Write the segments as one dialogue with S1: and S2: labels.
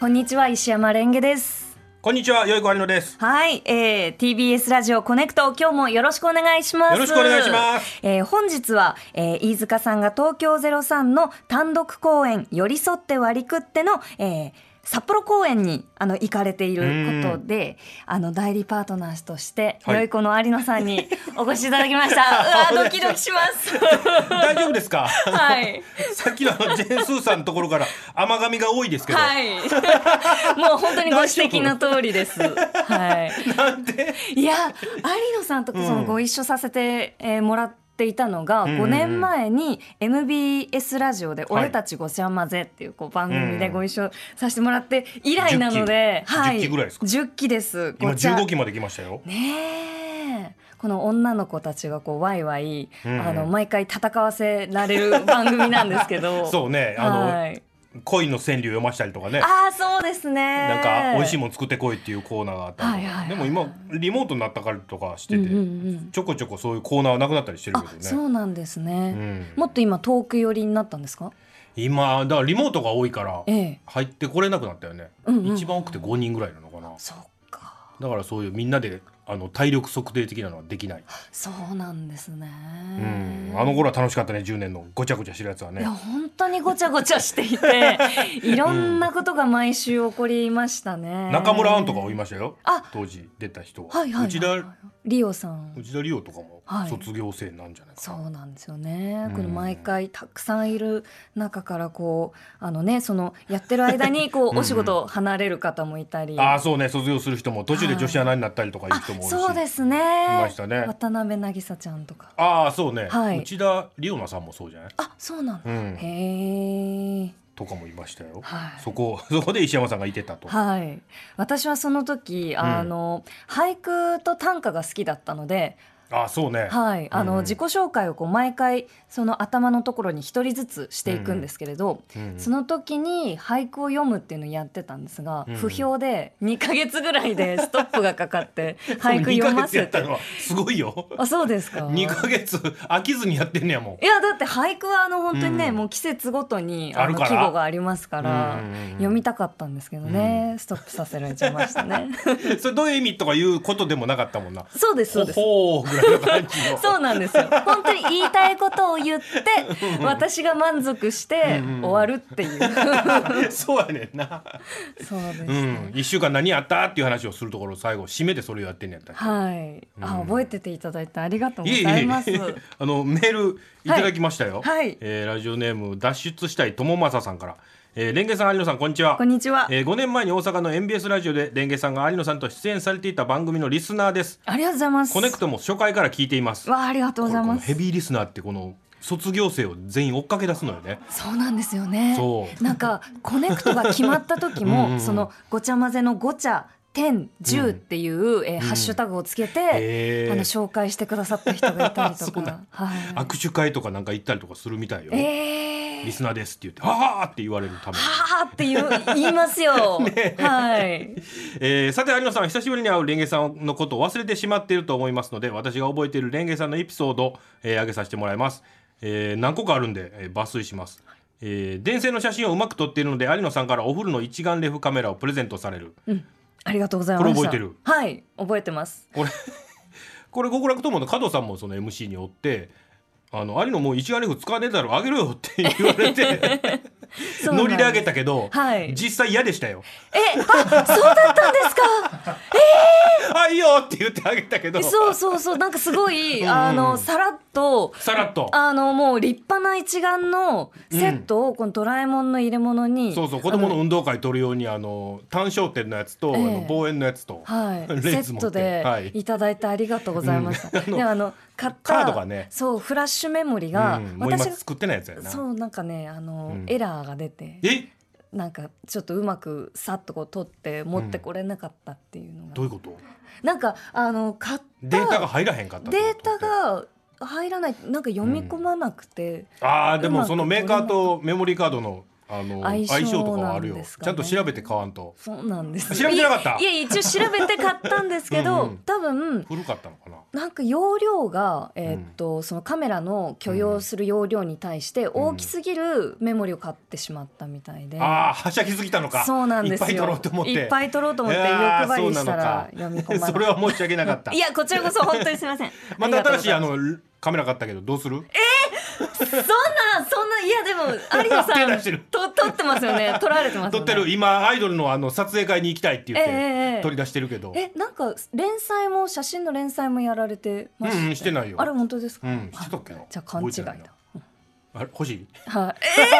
S1: こんにちは石山レンゲです
S2: こんにちは、よいこありのです。
S1: はい、えー、TBS ラジオコネクト今日もよろしくお願いします
S2: よろしくお願いします
S1: えー本日は、えー、飯塚さんが東京03の単独公演寄り添って割り食っての、えー札幌公演にあの行かれていることであの代理パートナーとして、
S2: はい
S1: よいこの有野さんにお越しいただきま したうわドキドキします
S2: 大丈夫ですか
S1: はい
S2: さっきのあのジェーンスーさんのところから甘噛みが多いですけど。
S1: はい。 もう本当にご指摘の通りです。はい。
S2: なんで
S1: いや、有野さんとそのご一緒させて、えーもらっていたのが、
S2: ん
S1: 5年前に MBS ラジオで「俺たちごちゃ混ぜ」っていうこう番組でご一緒させてもらって以来なので、
S2: 10期
S1: はい、
S2: 10期ぐらいですか
S1: 10期です
S2: 今
S1: ごちゃ
S2: 15期まで来ましたよ。
S1: ねえこの女の子たちがこうワイワイ、
S2: うん
S1: あの毎回戦わせられる番組なんですけど
S2: そうね、あの、
S1: はい、
S2: 恋の川柳読ましたりとか ね。
S1: ああそうですね
S2: なんか美味しいもん作ってこいっていうコーナーがあったり
S1: はい
S2: とか、
S1: はいはい
S2: でも今リモートになったからとかして
S1: うん
S2: て、
S1: うんうん
S2: ちょこちょこそういうコーナーはなくなったりしてる
S1: あ
S2: けどね。
S1: そうなんです
S2: う
S1: ね、
S2: ん
S1: もっと今遠く寄りになったんですか
S2: 今だからリモートが多いから
S1: ええ
S2: 入ってこれなくなったよね、
S1: うんうん
S2: 一番多くて5人ぐらいなのかな
S1: そっか
S2: だからそういうみんなであの体力測定的なのはできない
S1: そうなんですね
S2: うん、あの頃は楽しかったね10年のごちゃごちゃしてるやつはいね
S1: や本当にごちゃごちゃしてい ていろんなことが毎週起こりましたね、
S2: 中村アンとかおいましたよ
S1: あ
S2: 当時出た人は,、
S1: はいはいはい、はい、
S2: 内田
S1: リオさん
S2: 内田理央とかも
S1: はい
S2: 卒業生なんじゃないか
S1: そ
S2: な、
S1: うなんですよね、
S2: うん
S1: この毎回たくさんいる中からこうあのねそのやってる間にこう
S2: うん
S1: お仕事を離れる方もいたり
S2: ああそうね卒業する人も途中で女子アナになったりとかいう人も多いし、
S1: そうですね
S2: いましたね
S1: 渡辺渚ちゃんとか
S2: ああそうね、
S1: はい
S2: 内田理央奈さんもそうじゃない、
S1: あそうなんだ、
S2: うん、
S1: へえ
S2: とかもいましたよ、
S1: はい
S2: そこ そこで石山さんがいてたと、
S1: はい私はその時あの、俳句と短歌が好きだったので、
S2: ああそうね、
S1: はい、あの、
S2: うん
S1: 自己紹介をこう毎回その頭のところに一人ずつしていくんですけれど、
S2: うん
S1: その時に俳句を読むっていうのをやってたんですが、
S2: うん
S1: 不評で2ヶ月ぐらいでストップがかかって 俳句
S2: 二ヶ
S1: 読ま
S2: 月や
S1: せ
S2: った
S1: て
S2: のはすごいよ
S1: あそうですか
S2: 2ヶ月 飽きずにやってんね やもん
S1: いやだって俳句はあの本当にね、
S2: うん
S1: もう季節ごとにあ
S2: ある
S1: の
S2: から
S1: 季語がありますから
S2: うんうんうん
S1: 読みたかったんですけどね、ストップさせられちゃいましたね
S2: それどういう意味とかいうことでもなかったもんな
S1: そうですそうです
S2: ほほーぐらいの感じの。
S1: そうなんですよ本当に言いたいことを言って私が満足して
S2: うんうん
S1: 終わるっていう
S2: そうやねんな。
S1: そうです、
S2: うん、一週間何やったっていう話をするところ、最後締めてそれをやってんねやったっけ。
S1: はい、あ
S2: うん
S1: 覚えてていただいてありがとうご
S2: え
S1: ざいます。
S2: えあのメールいただきましたよ。
S1: はいはい
S2: えーラジオネーム脱出したい友正さんから。えー、レンゲさん、有野さん、こんにちは。
S1: こんにちは、
S2: えー、5年前に大阪の NBS ラジオでレンゲさんが有野さんと出演されていた番組のリスナーです。
S1: ありがとうございます。
S2: コネクトも初回から聞いています。
S1: わあありがとうござい
S2: こ
S1: ま
S2: の
S1: す
S2: ヘ。ビーリスナーってこの卒業生を全員追っかけ出すのよね。
S1: そうなんですよね。
S2: そう
S1: なんかコネクトが決まった時も
S2: うんうん
S1: そのごちゃ混ぜのごちゃ天十っていう、えーハッシュタグをつけて、
S2: へー
S1: あの紹介してくださった人がいたりと
S2: そうだ
S1: か、はい。
S2: 握手会とかなんか行ったりとかするみたいよ。
S1: え
S2: リ
S1: ー
S2: スナーですって言って、ああって言われるために。
S1: はあって言う言いますよ。はい。
S2: えーさて、有野さん、久しぶりに会うレンゲさんのことを忘れてしまっていると思いますので、私が覚えているレンゲさんのエピソードを、えー、上げさせてもらいます。えー何個かあるんで、えー抜粋します。えー電線の写真をうまく撮っているので、有野さんからお風呂の一眼レフカメラをプレゼントされる。
S1: うん、ありがとうございました。
S2: これ覚えてる
S1: はい、覚えてます。
S2: これ これ極楽友の加藤さんもその MC におってあの有野もう一眼レフ使わねえだろあげろよって言われ て
S1: そうなん
S2: ノ
S1: です
S2: リであげたけど、
S1: はい
S2: 実際嫌でしたよ
S1: え、あ、そうだったんです か。
S2: あいいよって言ってあげたけど
S1: そうそうそうなんかすごい、
S2: うん
S1: あのさらっと
S2: さらっと
S1: あのもう立派な一眼のセットをこのドラえもんの入れ物に、
S2: そうそう子供の運動会取るようにあの単焦点のやつと、
S1: ええ
S2: あの望遠のやつと、
S1: はい、セ
S2: レンズ
S1: ッ
S2: 持って
S1: トで
S2: はい
S1: いただいてありがとうございました。
S2: うんあの
S1: であの買った
S2: カードがね
S1: そうフラッシュメモリが、
S2: うん、もう今
S1: 私が
S2: 作ってないやつやな
S1: そうなんかねあの、
S2: うん
S1: エラーが出て
S2: え
S1: なんかちょっとうまくさっとこう取って持ってこれなかったっていうのが、
S2: どういうこと
S1: なんかあの買った
S2: データが入らへんかったって
S1: デ
S2: こ
S1: ータ
S2: と
S1: が入らないなんか読み込まなくて。
S2: あーでもそのメーカーとメモリーカードのああの
S1: 相性
S2: 相性とかはあるよ、
S1: なんですか
S2: ちゃ
S1: ね
S2: んと調べて買わんと
S1: そうなんです
S2: 調べてなかった
S1: いやいや一応調べて買ったんですけど
S2: うんうん
S1: 多分
S2: 古かったのかな
S1: なんか容量が、えーっとそのカメラの許容する容量に対して大きすぎるメモリを買ってしまったみたいで、
S2: ああはしゃぎすぎたのか
S1: そうなんですよ
S2: いっぱい取ろうと思って
S1: いっぱい取ろうと思って
S2: い
S1: 欲
S2: やー
S1: 張りしたら
S2: そう
S1: 読
S2: なの
S1: み
S2: か
S1: 込ま
S2: それは申し訳なかった
S1: いやこちらこそ本当にすみません
S2: また新しいあ
S1: ありがとうござます
S2: のカメラ買ったけどどうする
S1: そんなそんないやでも有田
S2: 手
S1: さ
S2: 出して
S1: ん
S2: る
S1: と撮ってますよね撮られてます
S2: 撮
S1: よね
S2: ってる今アイドルのあの撮影会に行きたいって言っ
S1: えええ
S2: て
S1: え
S2: 取り出してるけど
S1: えなんか連載も写真の連載もやられてました
S2: うんうんしてないよ
S1: あれ本当ですか、
S2: うんしてたっけな
S1: あじゃあ勘違いだ
S2: 覚えてないあれ欲しい
S1: はい、え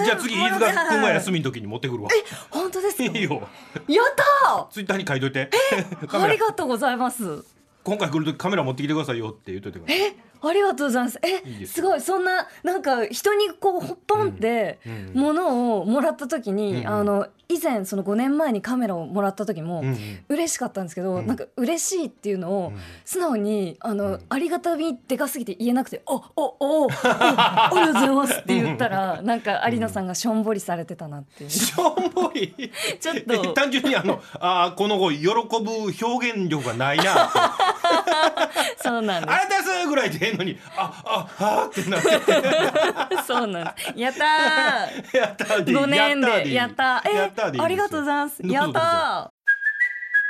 S1: ー
S2: じゃあ次飯塚君が休みの時に持ってくるわ
S1: 本当ですか
S2: いいよ
S1: やっ
S2: ツイッターに書いといて
S1: た
S2: カ
S1: ーあ
S2: メ
S1: り
S2: ラ
S1: がとうございます
S2: 今回来る時カメラ持ってきてくださいよって言っといてください
S1: えありがとうございますえ
S2: いいです
S1: す
S2: よ
S1: ごいそんななんか人にこうほっぽんって
S2: うんうん
S1: ものをもらった時に、
S2: うんうん
S1: あの以前その5年前にカメラをもらった時も、
S2: うんうん
S1: 嬉しかったんですけど、
S2: うん
S1: なんか嬉しいっていうのを
S2: うん
S1: 素直にあの、
S2: うん
S1: ありがたみでかすぎて言えなくて「おおおおありがとうございます」って言ったらなんか有野さんがしょんぼりされてたなっていう、
S2: しょんぼり
S1: ちょっと
S2: 単純にあのあーこの子喜ぶ表現力がないな ってあ
S1: そうなんで
S2: れですぐらいでええのにあああーってなっ て
S1: すそうなんですやったー
S2: やったーでいい
S1: 5年でや
S2: やっ
S1: ったた
S2: ーでいい
S1: え
S2: やったーでいいんですよ
S1: ありがとうございます
S2: どうぞ
S1: や
S2: ど
S1: っ
S2: うぞ
S1: たー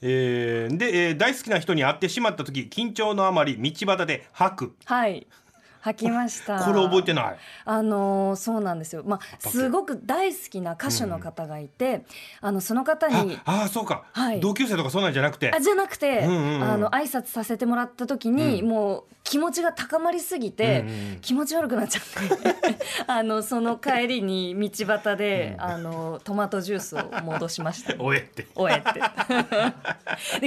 S2: えーで、えー大好きな人に会ってしまった時緊張のあまり道端で吐く
S1: はい吐きました
S2: これ覚えてない
S1: あのーそうなんですよ、まあ、すごく大好きな歌手の方がいて、あのその方
S2: あ
S1: に
S2: あーそうか、
S1: はい
S2: 同級生とかそんなんじゃなくて
S1: あじゃなくて、
S2: んうんうん
S1: あの挨拶させてもらった時に、もう気持ちが高まりすぎて、
S2: うんうんうん
S1: 気持ち悪くなっちゃって あのその帰りに道端で、あのトマトジュースを戻しました。
S2: おえって
S1: 終えて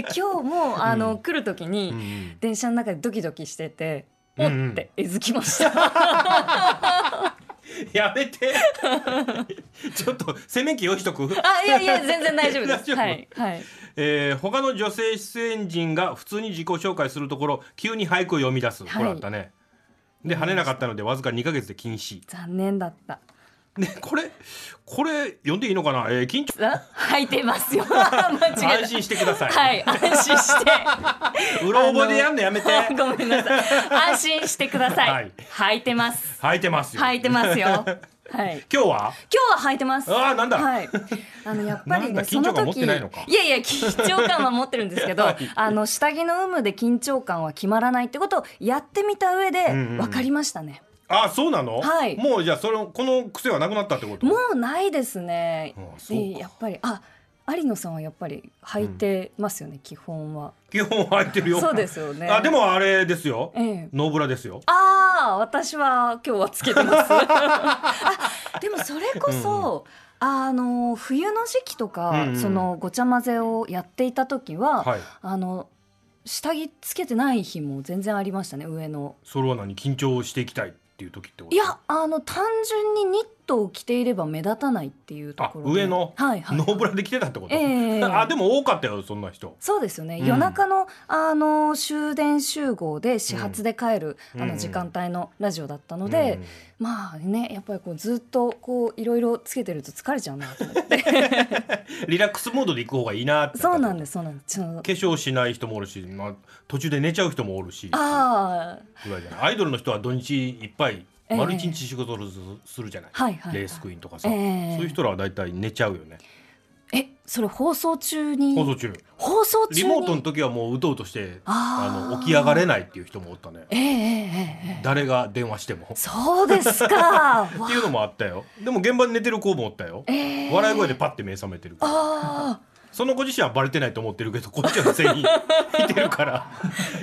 S1: で今日もあの、来る時に、
S2: ん
S1: 電車の中でドキドキしてて。
S2: うん
S1: お
S2: うん
S1: ってえずきました。
S2: やめて ちょっと洗面器用意しとく
S1: あいやいや全然大丈夫で
S2: 大
S1: す。
S2: 丈夫
S1: はいはい。
S2: えー他の女性出演陣が普通に自己紹介するところ急に俳句を読み出す、
S1: い
S2: これあったねで跳ねなかったのでわずか2ヶ月で禁止
S1: 残念だ った。
S2: でこれこれ読んでいいのかな、えー緊張
S1: あ吐いてます よ。間違えた。
S2: 安心してください、
S1: はい安心して。
S2: うろ覚えでやんのやめて
S1: ごめんなさい。安心してください。
S2: はい
S1: 履いてます。
S2: 吐いてますよ、
S1: 履いてます よ。はい。今
S2: 今日は
S1: 日は履いてます。
S2: あーなんだ
S1: はい。あのやっぱり
S2: なんだ
S1: ね
S2: 緊
S1: その
S2: 張感持っ
S1: 時
S2: てないのか
S1: いやいや緊張感は持ってるんですけど、
S2: はい
S1: あの下着の有無で緊張感は決まらないってことをやってみた上で
S2: んうんうん
S1: 分かりましたね。
S2: あそうなの、
S1: はい
S2: もうじゃあそのこの癖はなくなったってこと
S1: もうないですね
S2: あ。そうか
S1: でやっぱりあ有野さんはやっぱり履いてますよね、基本は。
S2: 基本入ってるよ
S1: そうですよね
S2: あでもあれですよ、
S1: ええ
S2: ノーブラですよ
S1: ああ私は今日はつけて ますあでもそれこそ、あの冬の時期とか、
S2: うんうん
S1: そのごちゃ混ぜをやっていた時は、
S2: はい
S1: あの下着つけてない日も全然ありましたね上の
S2: それは何緊張していきたいっていう時ってこと
S1: いやあの単純にニットを着ていれば目立たないっていうと
S2: あ
S1: ころで
S2: 上の
S1: はいはい
S2: ノーブラで来てたってこと、
S1: ええ
S2: あでも多かったよそんな人
S1: そうですよね、
S2: うん
S1: 夜中のあの終電集合で始発で帰る、
S2: うん
S1: あの時間帯のラジオだったので、
S2: うん
S1: まあねやっぱりこうずっとこういろいろつけてると疲れちゃうな と思って
S2: リラックスモードで行く方がいいなって
S1: そうなんですそうなんですちょっと
S2: 化粧しない人もおるし、まあ、途中で寝ちゃう人もおるし
S1: ああ
S2: ぐらいじゃないアイドルの人は土日いっぱい
S1: ええ
S2: 丸一日仕事をするするじゃない、
S1: はいはい
S2: レースクイーンとかさ、
S1: ええ
S2: そういう人らは大体寝ちゃうよね
S1: えそれ放送中に
S2: 放送中
S1: 放送中に
S2: リモートの時はもううとうとして
S1: あ
S2: あ
S1: ー
S2: の起き上がれないっていう人もおったね
S1: ええええええ
S2: 誰が電話してもっ
S1: そうです かわ
S2: ていうのもあったよでも現場に寝てる子もおったよ、
S1: ええ
S2: 笑い声でパッて目覚めてるから
S1: あ
S2: その子自身はバレてないと思ってるけどこっちは全員 見てるから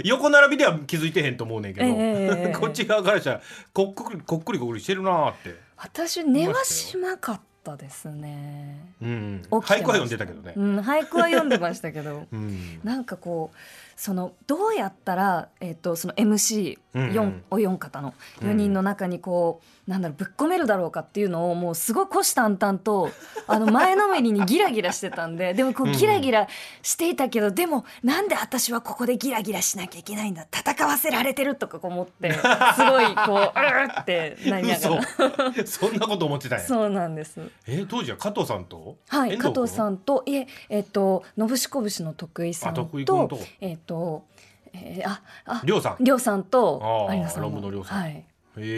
S2: 横並びでは気づいてへんと思うねんけど、
S1: ええ
S2: こっち側からしたらこっくりこっくりこっくりしてるなーって
S1: 私寝はしなかったったですね。
S2: うん、
S1: ました
S2: 俳句は読んでたけどね。
S1: う。ん、俳句は読んでましたけど
S2: うん
S1: なんかこうそのどうやったら、えっとその
S2: うんうん
S1: MC4、お四方の
S2: うん
S1: 4人の中にこう、なんだろうぶっ込めるだろうかっていうのをもうすごい虎視眈々とあの前のめりにギラギラしてたんででもこ
S2: うん
S1: う
S2: うん
S1: ギラギラしていたけど、でもなんで私はここでギラギラしなきゃいけないんだ戦わせられてるとかこう思 ってすごいこううーってなりなが
S2: 嘘
S1: ら。
S2: そんなこと思ってたんや。
S1: そうなんです
S2: え当時は加藤さんと
S1: はい、
S2: 遠
S1: 加
S2: 藤君
S1: 藤さんと、いえ、えっ、と、のぶしこぶしの徳井さん
S2: あ
S1: と。
S2: 徳井君と
S1: えっ、と、えーあ、あ、
S2: りょうさん。へ
S1: りょうさんと
S2: あ、ー
S1: 有野さんも。
S2: ロンブのりょうさん
S1: はい。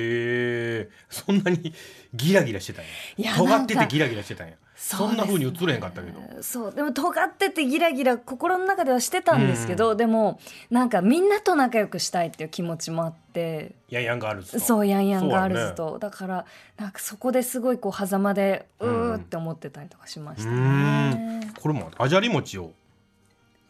S2: えそんなにギラギラしてたんや。
S1: いや
S2: 尖っ
S1: な
S2: てて
S1: んか
S2: ギラギラしてたんや。そんな風に映れへんかったけど。
S1: そう、でも、尖っててギラギラ心の中ではしてたんですけど、でも。なんか、みんなと仲良くしたいっていう気持ちもあって。
S2: ヤンヤンガールズと。
S1: そう、ヤンヤンガールズ
S2: そう
S1: と、だから、なんか、そこですごい、こう、狭間で、う
S2: うん
S1: ーって思ってたりとかしました
S2: やね。うー
S1: ね
S2: ん。。これもあじゃり餅を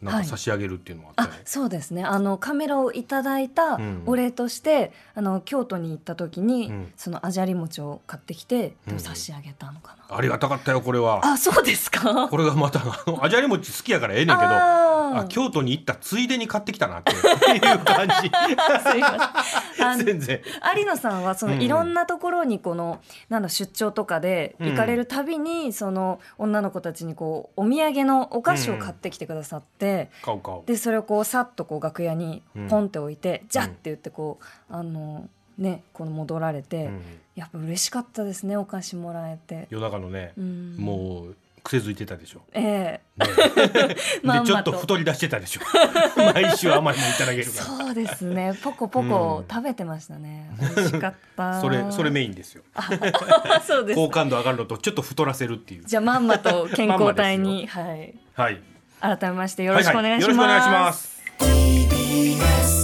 S2: なんか差し上げるっていうのもあった
S1: あ
S2: よね。
S1: そうですねあのカメラをいただいた
S2: うん
S1: お礼として、あの京都に行った時に、
S2: うん
S1: そのあじゃり餅を買ってきて、
S2: うん
S1: 差し上げたのかな、
S2: ありがたかったよこれは。
S1: あそうですか
S2: これがまた あのあじゃり餅好きやからええねんけど。
S1: あ
S2: あ
S1: ー
S2: 京都に行ったついでに買ってきたなっていう 感じ
S1: すいませんあの
S2: 全然
S1: 有野さんはそ
S2: うん
S1: の
S2: うん
S1: いろんなところにこのなんだ出張とかで
S2: うん
S1: 行かれるたびにその女の子たちにこうお土産のお菓子を買ってきてくださって
S2: 買う買う
S1: でそれをこうさっとこう楽屋にポンって置いて「じゃあ!」って言ってこうあのねこの戻られて。
S2: うん
S1: やっぱ嬉しかったですねお菓子もらえて、
S2: 夜中のね
S1: うん、う
S2: もう癖づいてたでしょ
S1: え
S2: ね
S1: まんま
S2: で
S1: と
S2: ちょっと太り出してたでしょ 毎週甘いもんいただ
S1: え
S2: けるか
S1: そうですねポコポ
S2: う
S1: コ
S2: ん
S1: 食べてました ね美味しかっ
S2: ら
S1: た
S2: それそれメインですよ
S1: あ そうです
S2: 好感度上がるのとちょっと太らせるっていう
S1: じゃあまんまと健康体にはい
S2: はい
S1: 改めましてよろしくお願いします、
S2: はいはいよろしくお願いします
S3: TBS